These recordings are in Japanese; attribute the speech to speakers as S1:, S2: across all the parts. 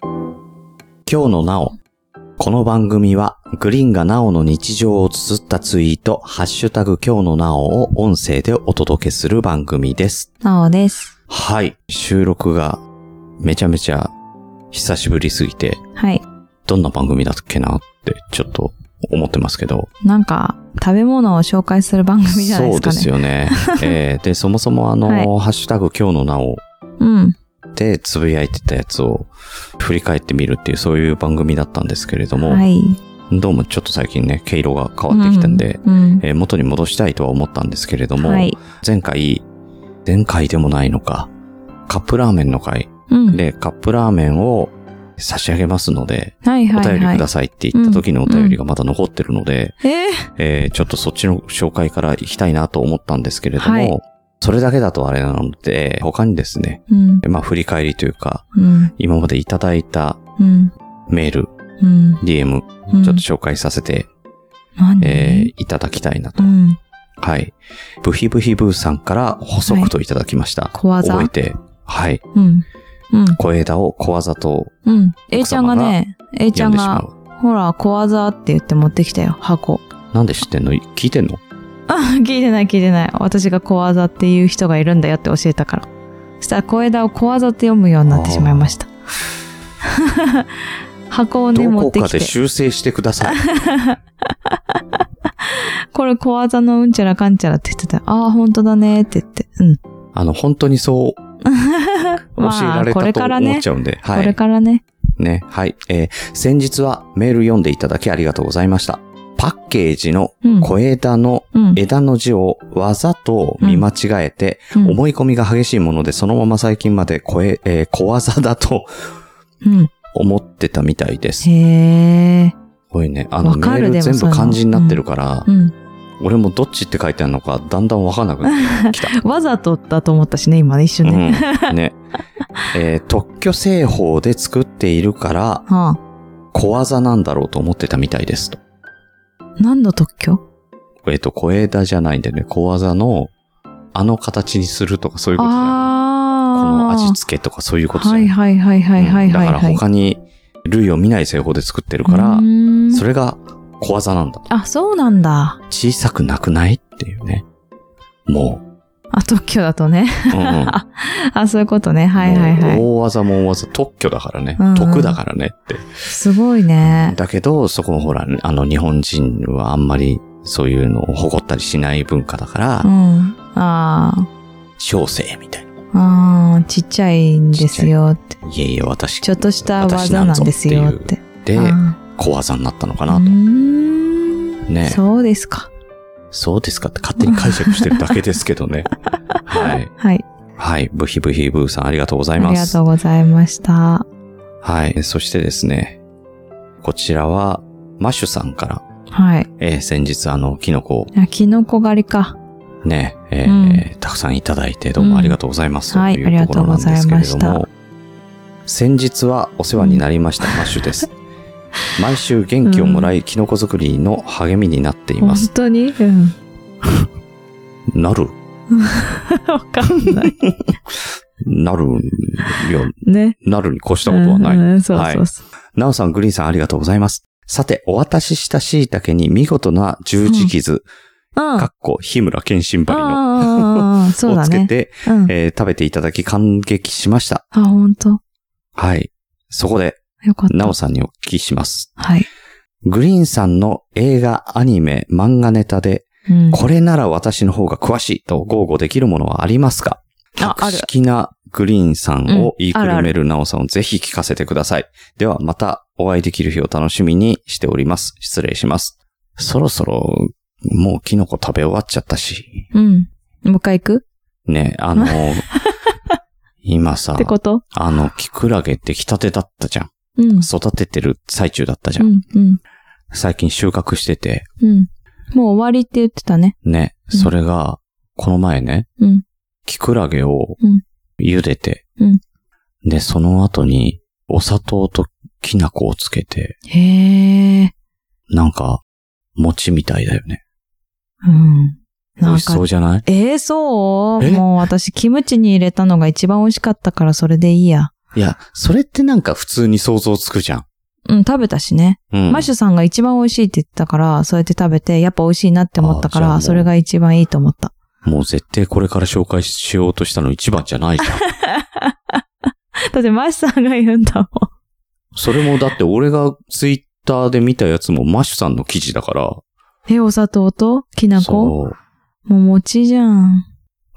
S1: 今日のなお。この番組は、グリーンがなおの日常を綴ったツイート、ハッシュタグ今日のなおを音声でお届けする番組です。
S2: なおです。
S1: はい。収録がめちゃめちゃ久しぶりすぎて、
S2: はい。
S1: どんな番組だっけなってちょっと思ってますけど。
S2: なんか、食べ物を紹介する番組じゃないで
S1: そう
S2: すか
S1: で
S2: ね。
S1: すよね。えーで、そもそもあの、
S2: はい
S1: ハッシュタグ今日のなお
S2: うん。
S1: でつぶやいてたやつを振り返ってみるっていうそういう番組だったんですけれども、
S2: はい。
S1: どうもちょっと最近ね、毛色が変わってきたんで、
S2: うん。
S1: えー元に戻したいとは思ったんですけれど
S2: うん
S1: も、
S2: はい。
S1: 前回、前回でもないのか、カップラーメンの回
S2: うん。
S1: でカップラーメンを差し上げますので、
S2: はい
S1: お
S2: はい
S1: 便り
S2: は
S1: く
S2: い
S1: だ。さいって言った時のお便りがまだ残ってるので、
S2: えー
S1: えーちょっとそっちの紹介から行きたいなと思ったんですけれども、
S2: はい
S1: それだけだとあれなので、他にですね、
S2: うん。
S1: まあ振り返りというか、
S2: うん。
S1: 今までいただいた
S2: うん。
S1: メール、
S2: うん。
S1: DM、ち
S2: う
S1: ょ
S2: ん
S1: っと紹介させて、
S2: 何
S1: えーいただきたいなと。
S2: うん。
S1: はい。ブヒブヒブーさんから補足といただきました。
S2: 小
S1: 覚え
S2: 技
S1: て、はい。
S2: うん。うん。
S1: 小枝を小技と
S2: うん。A ちゃんがね、A ち
S1: 呼ん
S2: ゃん
S1: でしま
S2: が、
S1: う。
S2: ほら、小技って言って持ってきたよ、箱。
S1: なんで知ってんの聞いてんの
S2: あ、 聞いてない聞いてない。私が小技っていう人がいるんだよって教えたから。そしたら小枝を小技って読むようになってしまいました。 箱をね、
S1: ど
S2: 持っ
S1: こ
S2: て
S1: か
S2: き
S1: で
S2: て。
S1: 修正してください。
S2: これ小技のうんちゃらかんちゃらって言ってた。ああ、本当だねって言って。うん。
S1: あの、本当にそう教え
S2: ま
S1: ら
S2: あ、
S1: れ
S2: これ
S1: たと
S2: から
S1: 思っ
S2: ね。
S1: ちゃうんで、
S2: こ
S1: は
S2: れ
S1: い。
S2: からね。
S1: ね、はい。えー先日はメール読んでいただきありがとうございました。パッケージの
S2: うん。
S1: 小枝の
S2: うん。
S1: 枝の字をわざと見間違えて、
S2: うん
S1: 思い込みが激しいもので、そのまま最近まで小,、えー小技だと
S2: うん。
S1: 思ってたみたいです。
S2: へえ。
S1: こういうね、あの
S2: わ
S1: メ
S2: か
S1: ー
S2: る
S1: ル
S2: でも
S1: 全
S2: そ
S1: 部
S2: の
S1: 漢字になってるから、
S2: うん。
S1: 俺もどっちって書いてあるのか、だんだんわかんなくなってきた。
S2: わざとだと思ったしね、今ね、一
S1: うん
S2: 瞬ね。
S1: ね。えー特許製法で作っているから、
S2: はあ。
S1: 小技なんだろうと思ってたみたいですと。
S2: 何の特許
S1: えっと、小枝じゃないんでね、小技の、あの形にするとかそういうことじゃないこの
S2: ああ。
S1: 味付けとかそういうことじゃな
S2: はいいはいはいはいはいはい、はい
S1: うんだから他に類を見ない製法で作ってるから
S2: う、ーん
S1: それが小技なんだと。
S2: あ、そうなんだ。
S1: 小さくなくないっていうね。も
S2: あ、特許だとね。
S1: う。うんうん
S2: あ、そういうことね。はいはいは
S1: も
S2: い。
S1: う大技も大技、特許だからね。
S2: うんうん
S1: 得だからねって。
S2: すごいね。
S1: だけど、そこもほら、あの日本人はあんまりそういうのを誇ったりしない文化だから、
S2: うん。あ
S1: 小生みたいな。
S2: あ、ああ、ちっちゃいんですよって。
S1: いえいえ、私。
S2: ちょっとした技なんですよって。
S1: で、
S2: あ
S1: 小技になったのか
S2: あ
S1: なと
S2: う。ーん
S1: ね
S2: そうですか。
S1: そうですかって勝手に解釈してるだけですけど ね。はい。
S2: はい。
S1: はい。ブヒブヒブーさんありがとうござ
S2: あ
S1: いま
S2: りが
S1: す
S2: とう。ございました。
S1: はい。そしてですね、こちらは、マッシュさんから、
S2: はい。
S1: えー先日あの、キノコ
S2: あキノコ狩りか。
S1: をね、えーたくさんいただいて、どう
S2: う
S1: も
S2: ん
S1: ありがとうございます。
S2: はい
S1: というところなんですけれど
S2: ありがとうございま
S1: も、先日はお世話になりました、マッシュです。 毎週元気をもらい、キノコ作りの励みになっていま
S2: 本
S1: す。
S2: 当にうん。
S1: なる、
S2: わかんない。
S1: なるよ、
S2: ね。
S1: なるに越したことはない。
S2: うんうんそうそうそう。
S1: なおさん、グリーンさんありがとうございます。さて、お渡しした椎茸に見事な十字傷、
S2: うん。
S1: かっこ、日村健信張りの、
S2: ああ、そう
S1: を
S2: だ
S1: つけ
S2: ね。
S1: て、
S2: うん。
S1: えー食べていただき感激しました。
S2: あ、本当
S1: はい。そこで、
S2: よかった。
S1: なおさんにお聞きします。
S2: はい。
S1: グリーンさんの映画、アニメ、漫画ネタで、
S2: うん。
S1: これなら私の方が詳しいと豪語できるものはありますか
S2: あ
S1: 博識なグリーンさんを言いくるめるなおさんをぜひ聞かせてください。ではまたお会いできる日を楽しみにしております。失礼します。そろそろ、もうキノコ食べ終わっちゃったし、
S2: うん。もう一回行く
S1: ね、あ の、今さ
S2: って、こと
S1: あの、キクラゲ出来たてだったじゃん。
S2: うん。
S1: 育ててる最中だったじゃ。
S2: うんん。うん。
S1: 最近収穫してて、
S2: うん。もう終わりって言ってたね。
S1: ね、
S2: うん
S1: それが、この前ね、
S2: うん。
S1: キクラゲを
S2: うん
S1: 茹でて、
S2: うん
S1: で、その後にお砂糖ときな粉をつけて、
S2: へえ。
S1: なんか、餅みたいだよね。
S2: うん。
S1: 美
S2: なん
S1: 味しそ
S2: か、
S1: うじゃない
S2: えー、そう
S1: え
S2: もう私、キムチに入れたのが一番美味しかったから、それでいいや。
S1: いや、それってなんか普通に想像つくじゃん。
S2: うん、食べたしね。
S1: うん。
S2: マッシュさんが一番美味しいって言ってたから、そうやって食べて、やっぱ美味しいなって思ったか
S1: あじゃあも
S2: ら、
S1: う
S2: それが一番いいと思った。
S1: もう絶対これから紹介しようとしたの一番じゃないじゃん。
S2: だってマッシュさんが言うんだもん。
S1: それもだって俺がツイッターで見たやつもマッシュさんの記事だから。
S2: え、お砂糖ときなこ
S1: そう。
S2: もう餅じゃん。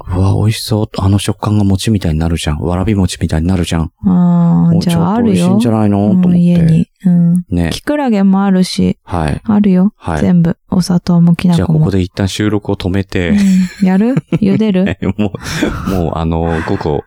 S1: うわ、美味しそう。あの食感が餅みたいになるじゃん。わらび餅みたいになるじゃん。
S2: あ
S1: も
S2: あ、
S1: う
S2: じ
S1: ち
S2: ゃ
S1: ょ
S2: あ
S1: っ
S2: あ
S1: と美
S2: る
S1: 味しいん
S2: よ
S1: じ。ゃないのと思っ
S2: うん、
S1: て。
S2: 家に。うん。
S1: ね。
S2: キクラゲもあるし、
S1: はい。
S2: あるよ。
S1: はい。
S2: 全部。お砂糖もきな
S1: じゃあ
S2: こ
S1: ここ
S2: も。
S1: で一旦収録を止め て、
S2: うんやる茹 でる
S1: もう、もうあの、午後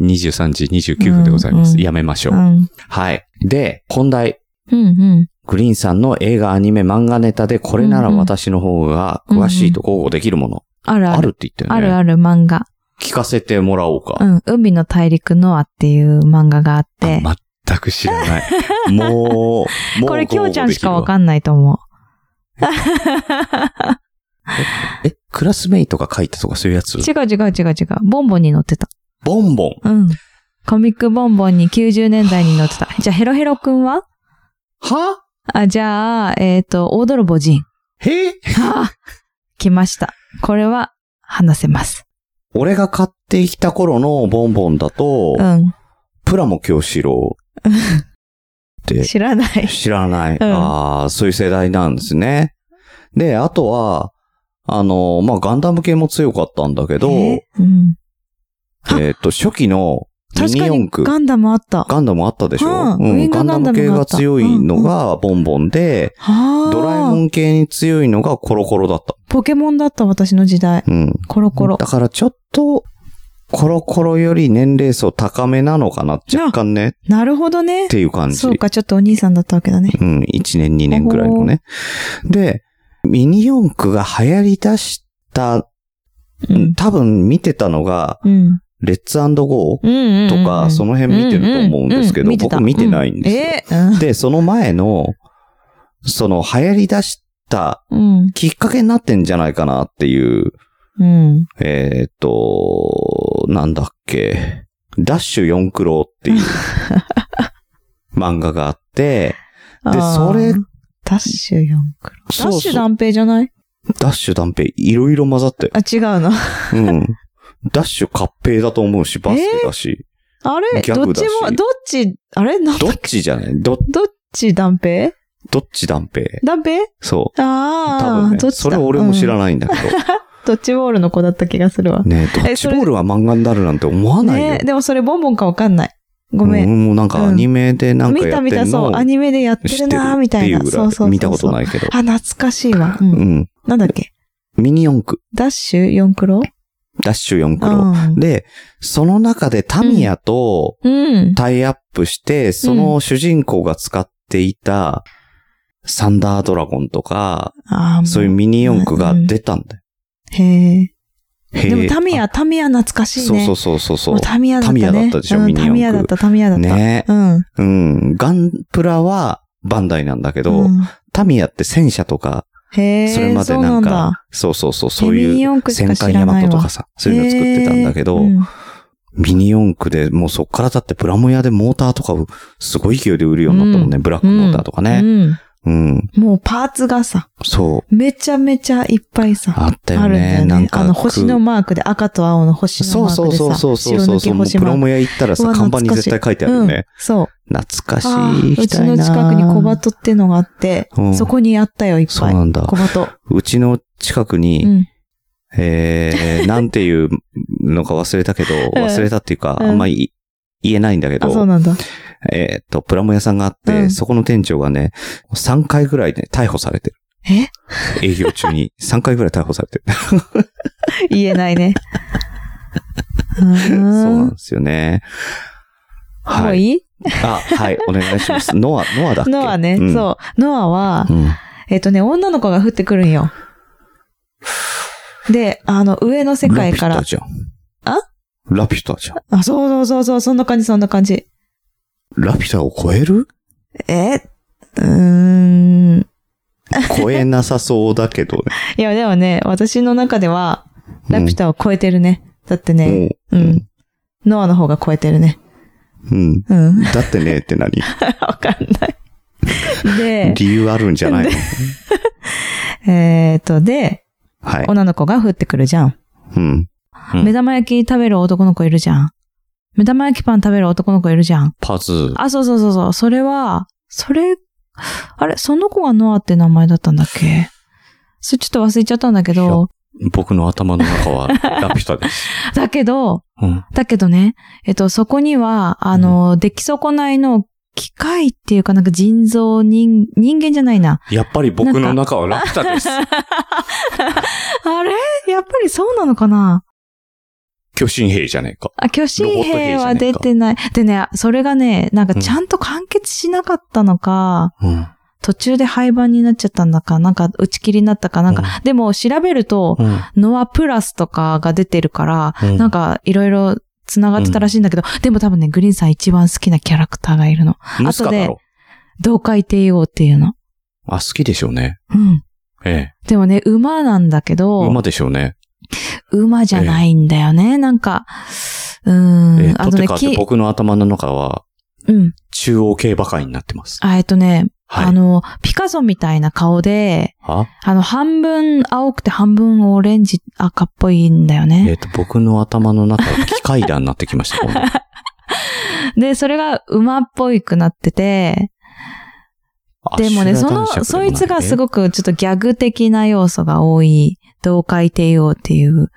S1: 23時29分でございます。
S2: うんうん
S1: やめましょ
S2: う
S1: う。
S2: ん。
S1: はい。で、本題。
S2: うんうん。
S1: グリーンさんの映画、アニメ、漫画ネタで、これなら
S2: うんうん
S1: 私の方が詳しいと豪語できるもの。
S2: あるあ
S1: あ
S2: る。
S1: るって言った
S2: あ
S1: よね。
S2: るある漫画。
S1: 聞かせてもらおう
S2: う
S1: か。
S2: ん。海の大陸ノアっていう漫画があって。
S1: あ全く知らない。も う、もう。
S2: これ、きょうちゃんしかわかんないと思う。
S1: え、クラスメイトが書いたとかそういうやつ
S2: 違う違う違う違う。ボンボンに載ってた。
S1: ボンボン。
S2: うん。コミックボンボンに90年代に載ってた。じゃあ、ヘロヘロくんは
S1: は
S2: あ、じゃあ、えっ、と、大泥棒人。
S1: へ
S2: あ来ました。これは、話せます。
S1: 俺が買ってきた頃のボンボンだと、
S2: うん。
S1: プラモ教師郎って
S2: 知らない。
S1: 知らない。
S2: うん
S1: ああ、そういう世代なんですね。で、あとは、あの、まあ、ガンダム系も強かったんだけど、
S2: え
S1: え
S2: うん。
S1: っと、初期のミ
S2: 確
S1: ニ
S2: か
S1: 四
S2: に、
S1: 駆。
S2: ガンダムあった。
S1: ガンダムあったでしょ、
S2: うんウィング
S1: ガンダム系
S2: ガンダムがあ
S1: が
S2: った
S1: 強いのがボンボンで、
S2: はあ。
S1: ドラえもん系に強いのがコロコロだった。
S2: ポケモンだった、私の時代。
S1: うん。
S2: コロコロ
S1: だ。からちょっと、コロコロより年齢層高めなのかな若干ね、
S2: なるほどね
S1: っ。ていう感じ。
S2: そうか、ちょっとお兄さんだったわけだね。
S1: うん、1年2年ぐらいのね。で、ミニ四駆が流行り出した、
S2: うん。
S1: 多分見てたのが、
S2: うん。
S1: レッツゴ
S2: うんうんう
S1: ー
S2: ん。
S1: とか、その辺見てると思うんですけ
S2: う
S1: ど、
S2: うう
S1: 僕見てないんで
S2: うん
S1: す
S2: え
S1: よ。で、その前の、その流行り出した
S2: うん。
S1: きっかけになってんじゃないかなっていう、
S2: うん。
S1: えーっと、なんだっけ、ダッシュ四クロって いう漫画があって、で
S2: あー
S1: それ
S2: ダッシュ4クロ。ダ
S1: そう
S2: ッ
S1: そう
S2: シュ断平じゃない
S1: ダッシュ断平、いろいろ混ざって
S2: あ、違うの。
S1: うん。 ダッシュ合併だと思うし、バスケだし。
S2: あれど
S1: 逆
S2: っ
S1: だ
S2: ち
S1: し
S2: も、どっち、あれなん
S1: ど
S2: だ
S1: っちじゃないど、
S2: どっち断平
S1: どっち断平
S2: 断平
S1: そう。多
S2: ああ、
S1: 分
S2: ど
S1: ね、
S2: っちだ
S1: それ俺も知ら
S2: い。
S1: ないんだけど。
S2: ドッジボールの子だった気がするわ。
S1: ねえドッ
S2: え
S1: ジ
S2: そ
S1: ボ
S2: れ
S1: ールは漫画になるなんて思わないよ。
S2: ねでもそれボンボンかわかんない。ごめん。
S1: うん、もうなんかアニメでなんか
S2: 見
S1: や
S2: た
S1: って
S2: 見
S1: る
S2: た、
S1: の
S2: そう。ア
S1: を
S2: ニメでやって
S1: 知って
S2: る
S1: る
S2: なーみ
S1: ったて
S2: い
S1: いう
S2: な。
S1: ぐ
S2: そうそ
S1: ら
S2: う。
S1: い見たこと
S2: い。
S1: ないけど。
S2: あ、懐かしいわ。う。
S1: うんん。
S2: なんだっけ
S1: ミニ四駆、
S2: ダッシュ4クロ
S1: ダッシュ四
S2: う
S1: 駆郎。
S2: ん。
S1: で、その中でタミヤと
S2: うん。
S1: タイアップして、その主人公が使っていたサンダードラゴンとか、
S2: ああ、
S1: そういうミニ四駆が出たんだよ。
S2: へえ。
S1: へ
S2: で
S1: え
S2: もタミヤ、タミヤ懐かしいね。
S1: そううそうそうそうそう
S2: もう。タミヤだったね。
S1: タミヤだったでしょ
S2: うん
S1: ミニ四駆
S2: タミヤだった、タミヤだった。
S1: ね
S2: うん。
S1: うん。ガンプラはバンダイなんだけど、
S2: うん
S1: タミヤって戦車とか、
S2: へえ。
S1: それまでなんか、そうそうそう、そう
S2: ミニ
S1: いう
S2: 四駆し
S1: 戦
S2: か知
S1: 艦
S2: ら
S1: ヤ
S2: な
S1: マ
S2: い
S1: トと
S2: わ
S1: かさ、そういうの作ってたんだけど、
S2: へえうん
S1: ミニ四駆でもうそっからだってプラモ屋でモーターとかをすごい勢いで売るようになったもんね、ブラックモーターとかね。うん、
S2: うん。もうパーツがさ、
S1: そう。
S2: めちゃめちゃいっぱいさ、
S1: あった
S2: あ
S1: よ
S2: るんだ
S1: ね。
S2: よ
S1: なん
S2: ね。
S1: か。
S2: あの星のマークで赤と青の星の
S1: そ
S2: マ
S1: う
S2: ー
S1: そ
S2: ク
S1: う
S2: で
S1: そうそうそう
S2: さ、白
S1: そ
S2: 抜
S1: うそ
S2: き
S1: う。もう
S2: 星
S1: プロ
S2: マーク。
S1: モ屋行ったら
S2: う
S1: さ、
S2: わ
S1: 看板に
S2: 懐かし
S1: 絶対
S2: い
S1: 書いてあるよね。
S2: そう。
S1: 懐かしい。
S2: あー
S1: 行
S2: う
S1: きた
S2: ち
S1: いな
S2: の近くに小鳩ってのがあって
S1: うん、
S2: そこにあったよ、いっ
S1: そう
S2: ぱい。
S1: なんだ
S2: 小鳩。
S1: うちの近くに、
S2: うん。
S1: えー、なんていうのか忘れたけど、
S2: うん
S1: 忘れたっていうか、
S2: うん
S1: あんまり言えないんだけ
S2: あ、そう
S1: ど、
S2: なんだ。
S1: えーっと、プラモ屋さんがあって、
S2: うん
S1: そこの店長がね、3回ぐらいね、逮捕されてる。
S2: え
S1: 営業中に3回ぐらい逮捕されてる。
S2: 言えないね。う
S1: そうな
S2: ー
S1: ん
S2: ん
S1: ですよね。
S2: も
S1: は
S2: う
S1: い。
S2: いい
S1: あ、はい、お願いし ます。ノア、ノアだっけ
S2: ノアね、そう。ノアは、
S1: うん。うん。
S2: えっ、とね、女の子が降ってくるんよ。で、あの、上の世界か
S1: ラ
S2: ら。
S1: ピュタじゃん。
S2: あ
S1: ラピュタじゃん。
S2: あ、そうそうそうそう、そんな感じ、そんな感じ。
S1: ラピュタを超える
S2: えうーん。
S1: 超えなさそうだけどね。
S2: いや、でもね、私の中では、 ラピュタを超えてるね。だって
S1: うん
S2: ね、
S1: もう
S2: うん。ノアの方が超えてるね。
S1: うん。
S2: うん。
S1: だってねって何
S2: わかんない。 で、
S1: 理由あるんじゃ ないの
S2: えーっと、で、
S1: はい。
S2: 女の子が降ってくるじゃん。
S1: うん。うん
S2: 目玉焼き食べる男の子いるじゃん。目玉焼きパン食べる男の子いるじゃん。
S1: パズー。
S2: あ、そうそうそうそう。それは、それ、あれ、その子がノアって名前だったんだっけそれちょっと忘れちゃったんだけど、
S1: 僕の頭の中はラピュタです。
S2: だけど、
S1: うん。
S2: だけどね、えっと、そこには、あの、出来損ないの機械っていうかなんか腎臓人、人間じゃないな。
S1: やっぱり僕の中はラピュタです。
S2: あれやっぱりそうなのかな
S1: 巨神兵じゃねえか。
S2: あ、巨神兵は出てない。でね、それがね、なんかちゃんと完結しなかったのか、
S1: うん。
S2: 途中で廃盤になっちゃったんだか、なんか打ち切りになったか、なんか、でも調べると、
S1: うん。
S2: ノアプラスとかが出てるから、
S1: うん
S2: なんかいろいろ繋がってたらしいんだけど、でも多分ね、グリーンさん一番好きなキャラクターがいるの。
S1: ムスカだろ。
S2: 同海帝王っていうの。
S1: あ、好きでしょうね。
S2: うん。
S1: え
S2: でもね、馬なんだけ
S1: え。
S2: ど、
S1: 馬でしょうね。
S2: 馬じゃないんだよね。なんか、うーん、
S1: えっ
S2: あ
S1: と、
S2: と
S1: て
S2: ね、
S1: かって
S2: き、
S1: 僕の頭の中は
S2: うん。
S1: 中央競馬会になってます。
S2: あ、えっとね、
S1: は
S2: あ
S1: い。
S2: の、ピカソみたいな顔で、
S1: あ
S2: あの、半分青くて半分オレンジ赤っぽいんだよ
S1: え
S2: ね。
S1: っと、僕の頭の中は機械だになってきました。今度
S2: で、それが馬っぽいくなってて、 でもね、その、そいつがす
S1: い。
S2: ごくちょっとギャグ的な要素が多い、同海帝王っていう、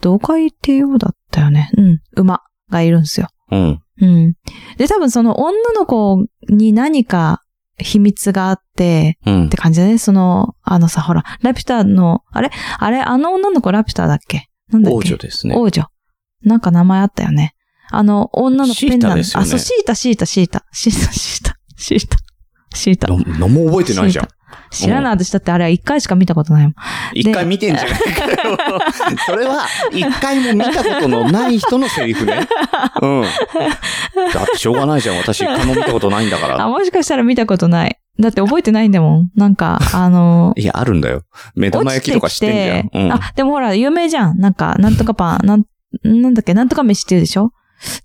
S2: 同海帝王だったよね。うん、馬がいるんですよ。
S1: うん。
S2: うん。で、多分その女の子に何か秘密があって、
S1: うん
S2: って。感じだね。その、あのさ、ほら、ラピュタの、あれあれあの女の子ラピュタだっけなんだっけ
S1: 王女ですね。
S2: 王女。なんか名前あったよね。あの、女の子
S1: シータ
S2: ペンダント。
S1: ですよ
S2: あ、
S1: ね
S2: そう、シータ、シータ、シータ。シータ、シータ、シータ。シータ。
S1: な何も覚えてないじゃん
S2: シ。知らない私だってあれは一回しか見たことないもん。
S1: 一回見て んじゃないかよ。それは、一回も見たことのない人のセリフね。うん。だってしょうがないじゃん。私一回も見たことないんだか
S2: あ、
S1: ら。
S2: もしかしたら見たことない。だって覚えてないんだもん。なんか、あの、
S1: いや、あるんだよ。目玉焼きとか知ってんじゃん。うん。
S2: あ、でもほら、有名じゃん。なんか、なんとかパン、なん、なんだっけ、なんとか飯って言うでしょ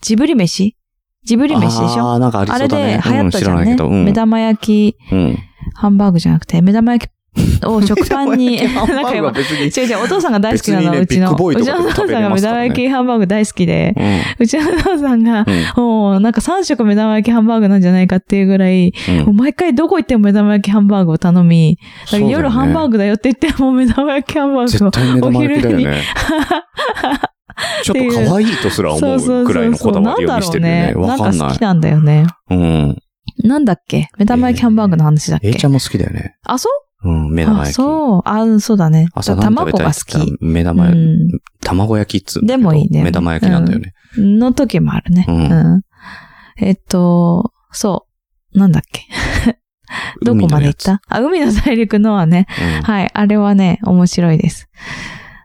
S2: ジブリ飯ジブリ飯でしょ
S1: あーなんかあり
S2: あ
S1: そ
S2: れ
S1: うだ
S2: で
S1: ね。
S2: 流行
S1: う
S2: っ
S1: ん
S2: た
S1: 知
S2: じゃ
S1: ら
S2: ん
S1: ない
S2: ね
S1: けど。うん
S2: 目玉焼き、
S1: うん。
S2: ハンバーグじゃなくて、目玉焼きを食パン に、な
S1: ハ
S2: ん
S1: ンバ
S2: か
S1: ーグは
S2: 今、
S1: 別に。
S2: 違う違う、お父さんが大好きなの、
S1: 別にね
S2: うち
S1: ビッ
S2: の。
S1: グボーイと
S2: うち
S1: か
S2: の
S1: でも
S2: お
S1: 食
S2: 父
S1: べ
S2: さん
S1: れ
S2: が
S1: ま
S2: 目
S1: すから
S2: 玉
S1: ね
S2: 焼きハンバーグ大好きで、
S1: うん
S2: うちのお父さんが、
S1: うん
S2: もうなんか3食目玉焼きハンバーグなんじゃないかっていうぐらい、
S1: うん
S2: もう毎回どこ行っても目玉焼きハンバーグを頼み、
S1: そうだよね
S2: 夜ハンバーグだよって言っても目玉焼きハンバーグを
S1: 絶。対目玉焼きだよね。 ちょっと可愛いとすら思うくらいのこだわりを見せてるよね。
S2: な
S1: わ
S2: ん
S1: か
S2: か
S1: ん
S2: 好
S1: ない
S2: き。なんだよね。
S1: うん。
S2: なんだっけ目玉焼きハンバーグの話だっけ、
S1: えいちゃんも好きだよね。
S2: あ、そう
S1: うん、目玉
S2: あ、
S1: 焼き。
S2: そう。あ、うんそうだね。
S1: 朝何食べ
S2: 卵
S1: たい
S2: が
S1: っ
S2: 好
S1: つったら
S2: き。
S1: 目
S2: う
S1: 玉焼き、
S2: ん。
S1: 卵焼きっつうんだけど
S2: でもいいね
S1: 目玉焼きなんだよね。
S2: の時もあるね。
S1: う
S2: うんん。えっと、そう。なんだっけどこまで行ったあ、海の大陸のはね。
S1: 海のやつ
S2: はい。あれはね、面白いです。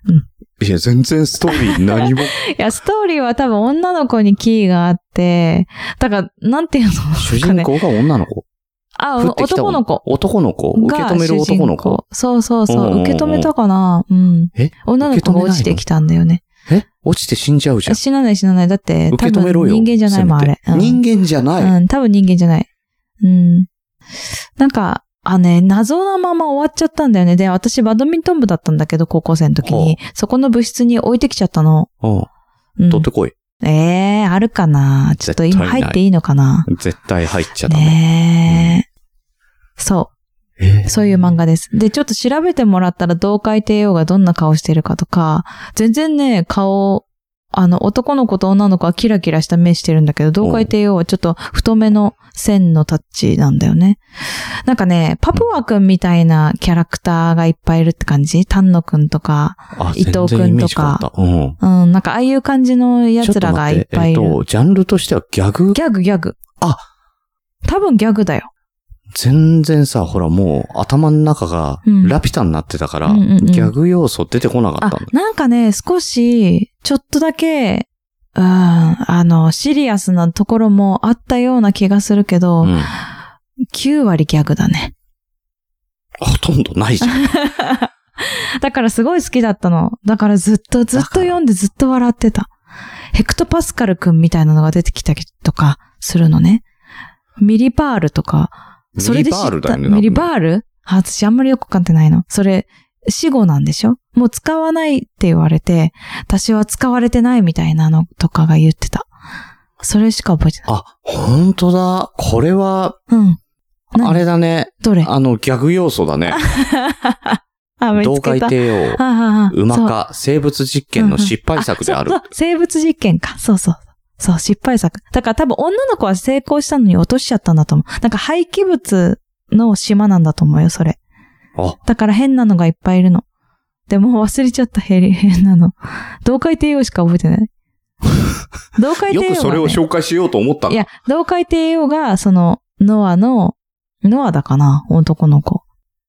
S1: うんいや、全然ストーリー何 も
S2: いや、ストーリーは多分女の子にキーがあって、だから、なんていうの
S1: 主
S2: なん
S1: 人
S2: かね
S1: 公が女の子。
S2: あ、
S1: 降ってきた
S2: 男の子。
S1: 男の子。受け
S2: が
S1: 止める
S2: 主人
S1: 男の子。。
S2: そう
S1: う
S2: そう
S1: んうん
S2: そうう。
S1: ん
S2: 受け止めたかなうん。
S1: え
S2: 女の子が落ちてきたんだよね。
S1: え落ちて死んじゃうじゃん。
S2: 死なない死なない。だって、
S1: 受
S2: 多
S1: け止めろ
S2: 分
S1: よ。
S2: 人間じゃないもん、あ
S1: せめ
S2: れ
S1: て。
S2: うん
S1: 人間じゃない。
S2: うん、多分人間じゃない。うん。なんか、あね、謎なまま終わっちゃったんだよね。で、私バドミントン部だったんだけど、高校生の時に。そこの部室に置いてきちゃったの。
S1: うん。
S2: うん
S1: 取ってこい。
S2: ええー、あるかなちょっと
S1: 絶
S2: 今
S1: 対ない
S2: 入っていいのかな
S1: 絶対入っちゃダメ。
S2: ねえ。そ
S1: え
S2: う。そういう漫画です。で、ちょっと調べてもらったら、同海帝王がどんな顔してるかとか、全然ね、顔、あの、男の子と女の子はキラキラした目してるんだけど、同海帝王はちょっと太めの線のタッチなんだよね。なんかね、パプワ君みたいなキャラクターがいっぱいいるって感じ丹野くんとか、
S1: あ
S2: 伊
S1: 全
S2: 藤
S1: 然イメージ
S2: 君とか
S1: 変わった
S2: うん、なんかああいう感じの
S1: うん。
S2: 奴らがいっぱいい
S1: ちょと待
S2: る。
S1: てえっと、ジャンルとしてはギャグ
S2: ギャグギャグ。
S1: あ
S2: 多分ギャグだよ。
S1: 全然さ、ほらもう頭の中が
S2: うん
S1: ラピュタになってたから、
S2: うんうんうん
S1: ギャグ要素出てこなか
S2: あ
S1: ったんだ。、
S2: なんかね、少し、ちょっとだけ、うん、あの、シリアスなところもあったような気がするけど、
S1: うん
S2: 9割ギャグだね。
S1: ほとんどないじゃん。
S2: だからすごい好きだったの。だからずっと、ず
S1: だ
S2: っと
S1: から
S2: 読んでずっと笑ってた。ヘクトパスカルくんみたいなのが出てきたりとか、するのね。ミリパールとか、 それで知っ
S1: ミリバ
S2: た。
S1: ールだよね
S2: ミリバールあ私あんまりよくわかってないの。それ、死語なんでしょもう使わないって言われて、私は使われてないみたいなのとかが言ってた。それしか覚えてない。
S1: あ、本当だ。これは、
S2: うん。何
S1: あれだね。
S2: どれ
S1: あの、ギャグ要素だね。
S2: あ、見
S1: 同
S2: つけ
S1: 海
S2: た。
S1: 帝王、
S2: ああ
S1: 馬化、生物実験の失敗作である
S2: そう。そう生物実験か。そうそう。そう、失敗作。だから多分女の子は成功したのに落としちゃったんだと思う。なんか廃棄物の島なんだと思うよ、それ。
S1: あ、
S2: だから変なのがいっぱいいるの。でも忘れちゃった、へり 変なの。同海帝王しか覚え てない。同海帝
S1: よ
S2: 王はね、
S1: くそれを紹介しようと思った
S2: い
S1: の。
S2: や、同海帝王が、その、ノアの、ノアだかな男の子。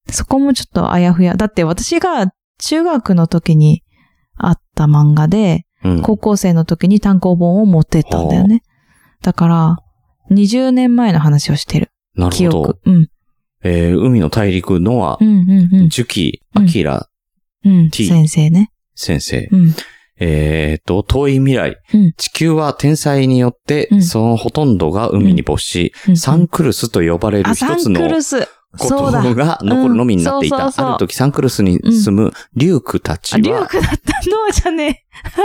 S2: そこもちょっとあやふや。だって私が中学の時にあった漫画で、
S1: うん
S2: 高校生の時に単行本を持ってったんだよね。だから、20年前の話をしてる。
S1: な
S2: 記
S1: るほど
S2: 憶。。うん。
S1: えー海の大陸、ノア
S2: う、んうんうん
S1: ジュキ、アキラ。
S2: うん。
S1: T
S2: 先生ね。
S1: 先生。
S2: うん。
S1: えっと、遠い未来
S2: うん。
S1: 地球は天才によって
S2: う、ん
S1: そのほとんどが海に没し、
S2: うん
S1: サンクルスと呼ばれる
S2: あ、
S1: 一
S2: サン
S1: つ
S2: ク
S1: の
S2: ルス。
S1: こ
S2: そうだ。
S1: とが残るのみになってい
S2: うんそう
S1: た。
S2: そうそう
S1: ある時サンクルスに住むリュークたち
S2: あ、リュー
S1: は、
S2: クだった。ノアじゃねえ。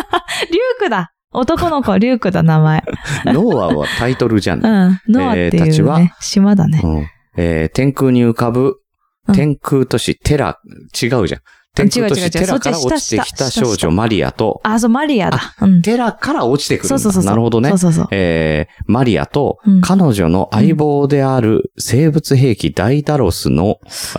S2: リュークだ。男の子、リュークだ、名前。
S1: ノアはタイトルじゃ
S2: う
S1: ない。
S2: ん。ノアって
S1: えーた
S2: い
S1: ち
S2: う
S1: は
S2: ね、島だね。
S1: うんえー天空に浮かぶ
S2: うん、
S1: 天空都市テラ、違うじゃん。天空都
S2: 違う違う違う
S1: 市テラから
S2: そっち
S1: 落ちて
S2: 下
S1: きた
S2: 下
S1: 少
S2: 下
S1: 女マリアと、
S2: あ、そう、マリアだ。うん。
S1: テラから落ちてくるん
S2: そうそう
S1: だ。
S2: そうそう。
S1: なるほどね
S2: そう。そうそう。
S1: えーマリアと
S2: うん、
S1: 彼女の相棒である生物兵器ダイダロスの、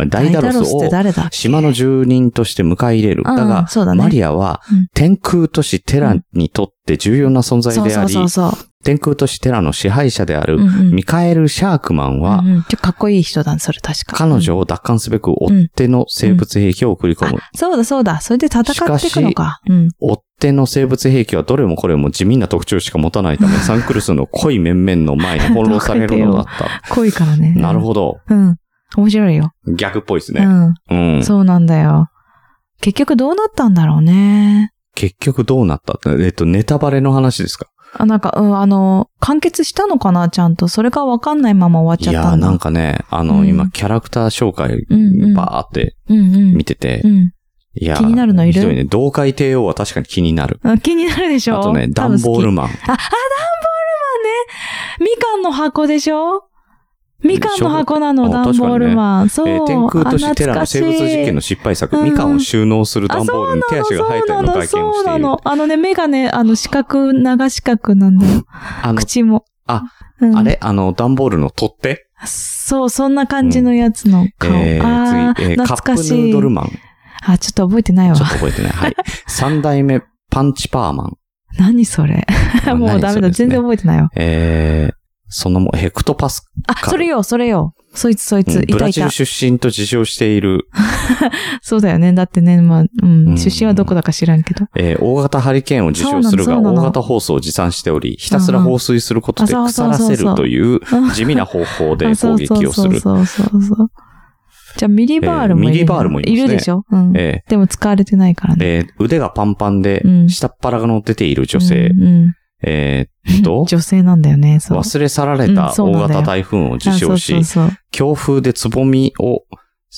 S1: ダイダロス
S2: って
S1: を
S2: 誰だっけ
S1: 島の住人として迎え入れる。だ
S2: うん
S1: が、
S2: そうだね
S1: マリアは
S2: うん
S1: 天空都市テラにとって重要な存在
S2: そう
S1: であ
S2: そう
S1: り
S2: そ、うそう。
S1: 天空都市テラの支配者であ
S2: う
S1: る
S2: んうん
S1: ミカエル・シャークマン
S2: う
S1: は
S2: ん、うんちょかっこいい人だ、それ確か。
S1: 彼女を奪還すべく追っ手の生物兵器を送り込む。
S2: そうだ、そうだ。それで戦っていくのか。うん。
S1: 追っ手の生物兵器はどれもこれも地味な特徴しか持たないた め、サンクルスの濃い面々の前に翻弄されるのだった。
S2: 濃いからね。
S1: なるほど。
S2: ど。うん。面白いよ。
S1: 逆っぽいです
S2: う
S1: ね。
S2: ん。
S1: うん。
S2: そうなんだよ。結局どうなったんだろうね。
S1: 結局どうなったえっと、ネタバレの話ですか
S2: あ、なんか、うん、あの、完結したのかな、ちゃんと。それがわかんないまま終
S1: い
S2: わっちゃ
S1: や
S2: った
S1: ー
S2: んだ。
S1: なんかね、あの、
S2: うん
S1: 今、キャラクター紹介
S2: うんうん、
S1: バーって
S2: うんうん
S1: 見てて、
S2: うん。
S1: いやー
S2: 気になるのいる
S1: ひどいね。同海帝王は確かに気になる。
S2: あ気になるでしょ
S1: あとね、ダンボール
S2: ン。
S1: マン。
S2: あ、あ、ダンボールマンね。みかんの箱でしょみかんの箱なの、
S1: でしょあ
S2: ダンボールマン。そう。
S1: えー天空都市テラ
S2: あ
S1: の生物実験の失敗作、
S2: うんうん
S1: みかんを収納する段
S2: あ
S1: ボールに手足が生えたような外見を
S2: そう
S1: して
S2: ない
S1: る。
S2: の。あのね、目がね、あの、四角、長四角なんだよ。
S1: あの、
S2: 口も。
S1: あ、
S2: うん、
S1: あれあの、段ボールの取っ手
S2: そう、そんな感じのやつの
S1: え
S2: 顔。あ
S1: ー、
S2: ー
S1: 次、えー、カ
S2: 懐
S1: ップ
S2: か
S1: ヌ
S2: しい
S1: ードルマン。
S2: あ、ちょっと覚えてないわ
S1: ちょ。っと覚えてない。はい。 三代目、パンチパーマン。
S2: 何それ。 もう
S1: 何
S2: ダ
S1: それ
S2: メだ。
S1: ですね
S2: 全然覚えてないわ。
S1: えー、そのも、ヘクトパス
S2: あ、それよ、それよ。そいつ、そいつ。
S1: うん
S2: い
S1: ブ
S2: た
S1: ラ
S2: い
S1: ジ
S2: た
S1: ル。出身と自称している、
S2: そうだよね。だってね、まあ、う。
S1: うんん
S2: 出身はどこだか知らんけど。
S1: えー大型ハリケーンを自称する
S2: そ
S1: が、
S2: うなのそうな
S1: 大
S2: の
S1: 型ホースを持参しており、ひたすら放水することで
S2: うんうんあ
S1: 腐
S2: そう
S1: ら
S2: そうそうそう
S1: せるという地味な方法で
S2: あそ
S1: 攻
S2: うそう
S1: 撃をする。
S2: そうそうそうそう。じゃあ、ミリバールもい
S1: え
S2: る、
S1: ーミリバールもいますね
S2: るでしょうん。
S1: え
S2: でも使われてないから
S1: ー
S2: ね。
S1: えー腕がパンパンで
S2: う、ん
S1: 下っ腹がの出ている女性。
S2: うんうん、
S1: えーっと
S2: 女性なんだよね、そう。
S1: 忘れ去られ
S2: う
S1: た
S2: んそう
S1: 大
S2: なんだよ
S1: 型台風を自称し、
S2: あそうそうそう
S1: 強風でつぼみを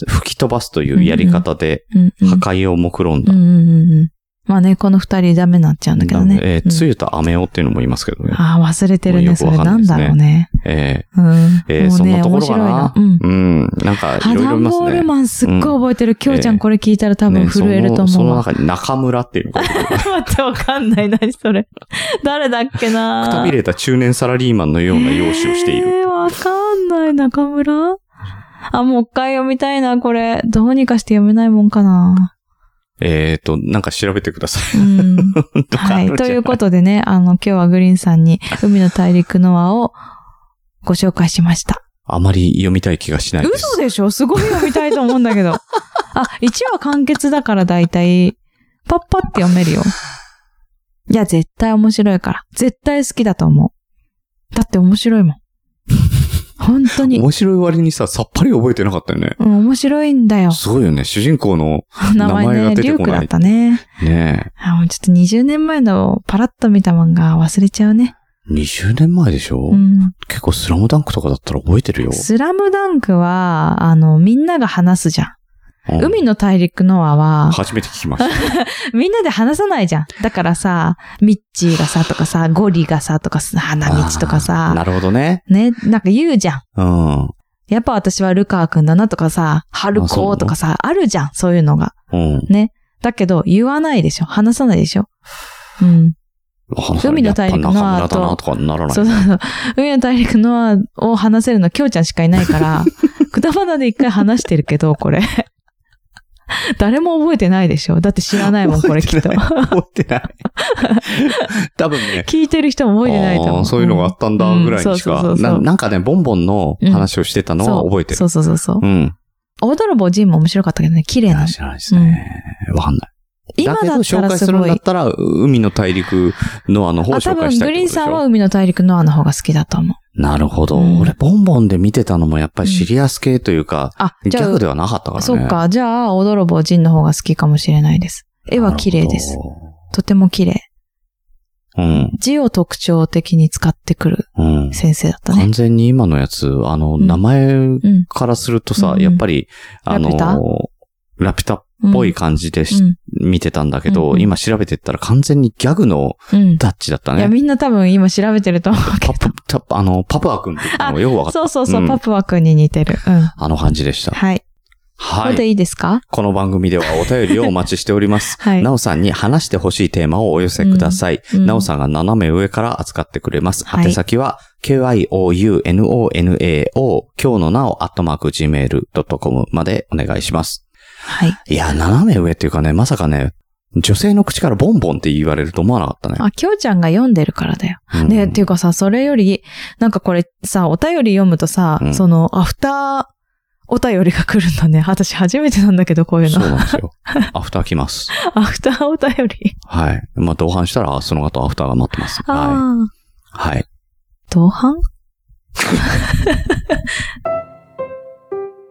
S1: 吹き飛ばすというやり方で
S2: うんうん
S1: 破壊を目論ん
S2: う
S1: だ。
S2: んうんうんうん。まあね、この二人ダメになっちゃうんだけどね。
S1: えー
S2: うん
S1: つゆとアメオっていうのもいますけどね。
S2: ああ、忘れてる
S1: もう
S2: ね。
S1: よく
S2: そ
S1: わ
S2: れ
S1: かんな
S2: な
S1: で
S2: いん
S1: すね
S2: だろうね。
S1: え
S2: うん。
S1: ーえー
S2: もう
S1: そん
S2: ね
S1: なところかな
S2: 面。白いうん。
S1: うん。なんか、い
S2: あ、
S1: ろい
S2: ダ
S1: ろい
S2: ン
S1: ます
S2: ボー
S1: ね
S2: ル。マンすっごい覚えてる。きょうちゃんこれ聞いたら多分
S1: ね
S2: 震えると
S1: その
S2: 思う
S1: その
S2: わ。
S1: 中に中村っていうのが出てくる
S2: 待って、わかんない。 何それ。誰だっけな
S1: くたびれた中年サラリーマンのような容姿をしてい る。
S2: えー、わかんない。中村あ、もう一回読みたいな、これ。どうにかして読めないもんかな。
S1: えっ、と、なんか調べてください。
S2: うん。
S1: とか
S2: は
S1: あ
S2: い。
S1: るじ
S2: と
S1: ゃん
S2: いうことでね、あの、今日はグリーンさんに海の大陸の輪をご紹介しました。
S1: あまり読みたい気がしないです。
S2: 嘘でしょすごい読みたいと思うんだ けど。あ、1話完結だから大体、パッパって読めるよ。いや、絶対面白いから。絶対好きだと思う。だって面白いもん。本 当に。
S1: 面白い割にさ、さっぱり覚えてなかったよね。
S2: うん、面白いんだよ。
S1: すごいよね。主人公の、
S2: 名前
S1: 名前が
S2: ね、
S1: 出
S2: リ
S1: て
S2: ュ
S1: こ
S2: ー
S1: ない
S2: クだったね。
S1: ね
S2: あもうちょっと20年前のパラッと見た漫画忘れちゃうね。
S1: 20年前でしょ、
S2: うん。
S1: 結構スラムダンクとかだったら覚えてるよ。
S2: スラムダンクは、あの、みんなが話すじゃん。
S1: うん
S2: 海の大陸ノアは、
S1: 初めて聞きま した。
S2: みんなで話さないじゃん。だからさ、ミッチーがさ、とかさ、ゴリがさ、とかさ、花道とか
S1: あー
S2: さ、
S1: なるほどね。
S2: ね、なんか言うじゃん。
S1: うん。う
S2: やっぱ私はルカー君だなとかさ、ハルコーとかさ、あるじゃん、そういうのが。
S1: ん。
S2: だけど、言わないでしょ。話さないでしょ。うん。海の大陸の
S1: やっぱ中村だな
S2: 後
S1: とかならない。
S2: そうそうそう。海の大陸ノアを話せるのはきょうちゃんしかいない から、くだばなで一回話してるけど、これ。誰も覚えてないでしょ。だって知らないもん、これきっと。
S1: 覚えてない。 多分ね。
S2: 聞いてる人も覚えてないと思
S1: あー
S2: う。
S1: そういうのがあったんだぐらいにし
S2: うん
S1: か
S2: そ。うそうそうそ
S1: な
S2: う
S1: なんかね、ボンボンの話をしてたのは覚えてる。
S2: そうそうそうそう。
S1: うん。
S2: 大泥棒ジンも面白かったけどね、綺麗な。
S1: 知らないですね。わかんない。
S2: 今
S1: け
S2: だ
S1: ど
S2: った
S1: 紹
S2: ら
S1: 介
S2: す
S1: するん
S2: ご
S1: だっ
S2: い。
S1: たら、海の大陸のあの方を
S2: あ、多
S1: 紹介し
S2: 分
S1: た
S2: グ
S1: いってこと
S2: リーン
S1: でし
S2: さんは
S1: ょ。
S2: 海の大陸ノアの方が好きだと思う。
S1: なるほど。
S2: うん
S1: 俺、ボンボンで見てたのもやっぱりシリアス系というか、
S2: あ、
S1: ギ
S2: じ
S1: ャ
S2: ゃ
S1: グではなかったから
S2: あ、
S1: ね。
S2: そっか。じゃあ、大泥棒ジンの方が好きかもしれないです。絵は綺麗です
S1: なる。ほ
S2: とても綺麗。
S1: ど。うん。
S2: 字を特徴的に使ってくる
S1: うん。
S2: 先生だったね
S1: 完。全に今のやつ、あの、
S2: ん
S1: 名前
S2: うん。
S1: からするとさ、
S2: うん
S1: やっぱり、あの
S2: ラピュタ、
S1: ラピュタっぽい感じでし
S2: うん
S1: 見てたんだけど、
S2: うんうん
S1: 今調べてったら完全にギャグの
S2: うん。い
S1: タッチだった
S2: や、
S1: ね。
S2: みんな多分今調べてると思うけ
S1: パプ、タあの、パプア君って言ったのがよくわか
S2: ど。
S1: った。
S2: そうそうそうう、
S1: ん
S2: パプワ君に似てる。うん。
S1: あの感じでした。
S2: はい。こ
S1: は
S2: れで
S1: い。
S2: いいですか
S1: この番組ではお便りをお待ちしております。
S2: はい。
S1: なおさんに話してほしいテーマをお寄せください。
S2: うんうん
S1: なおさんが斜め上から扱ってくれます。
S2: はい
S1: 宛先は、kyounonao 今日のなおアットマーク gmail.com までお願いします。
S2: はい。
S1: いや、斜め上っていうかね、まさかね、女性の口からボンボンって言われると思わなかったね。
S2: あ、きょうちゃんが読んでるからだよ。
S1: うん
S2: ね、っていうかさ、それより、なんかこれさ、お便り読むとさ、
S1: うん
S2: その、アフター、お便りが来るんだね。私初めてなんだけど、こういう
S1: そう
S2: の。
S1: なんですよ。アフター来ます。
S2: アフターお便り。
S1: はい。まあ、同伴したら、その後アフターが待ってます。は
S2: あ
S1: い。
S2: あ。
S1: はい。
S2: 同伴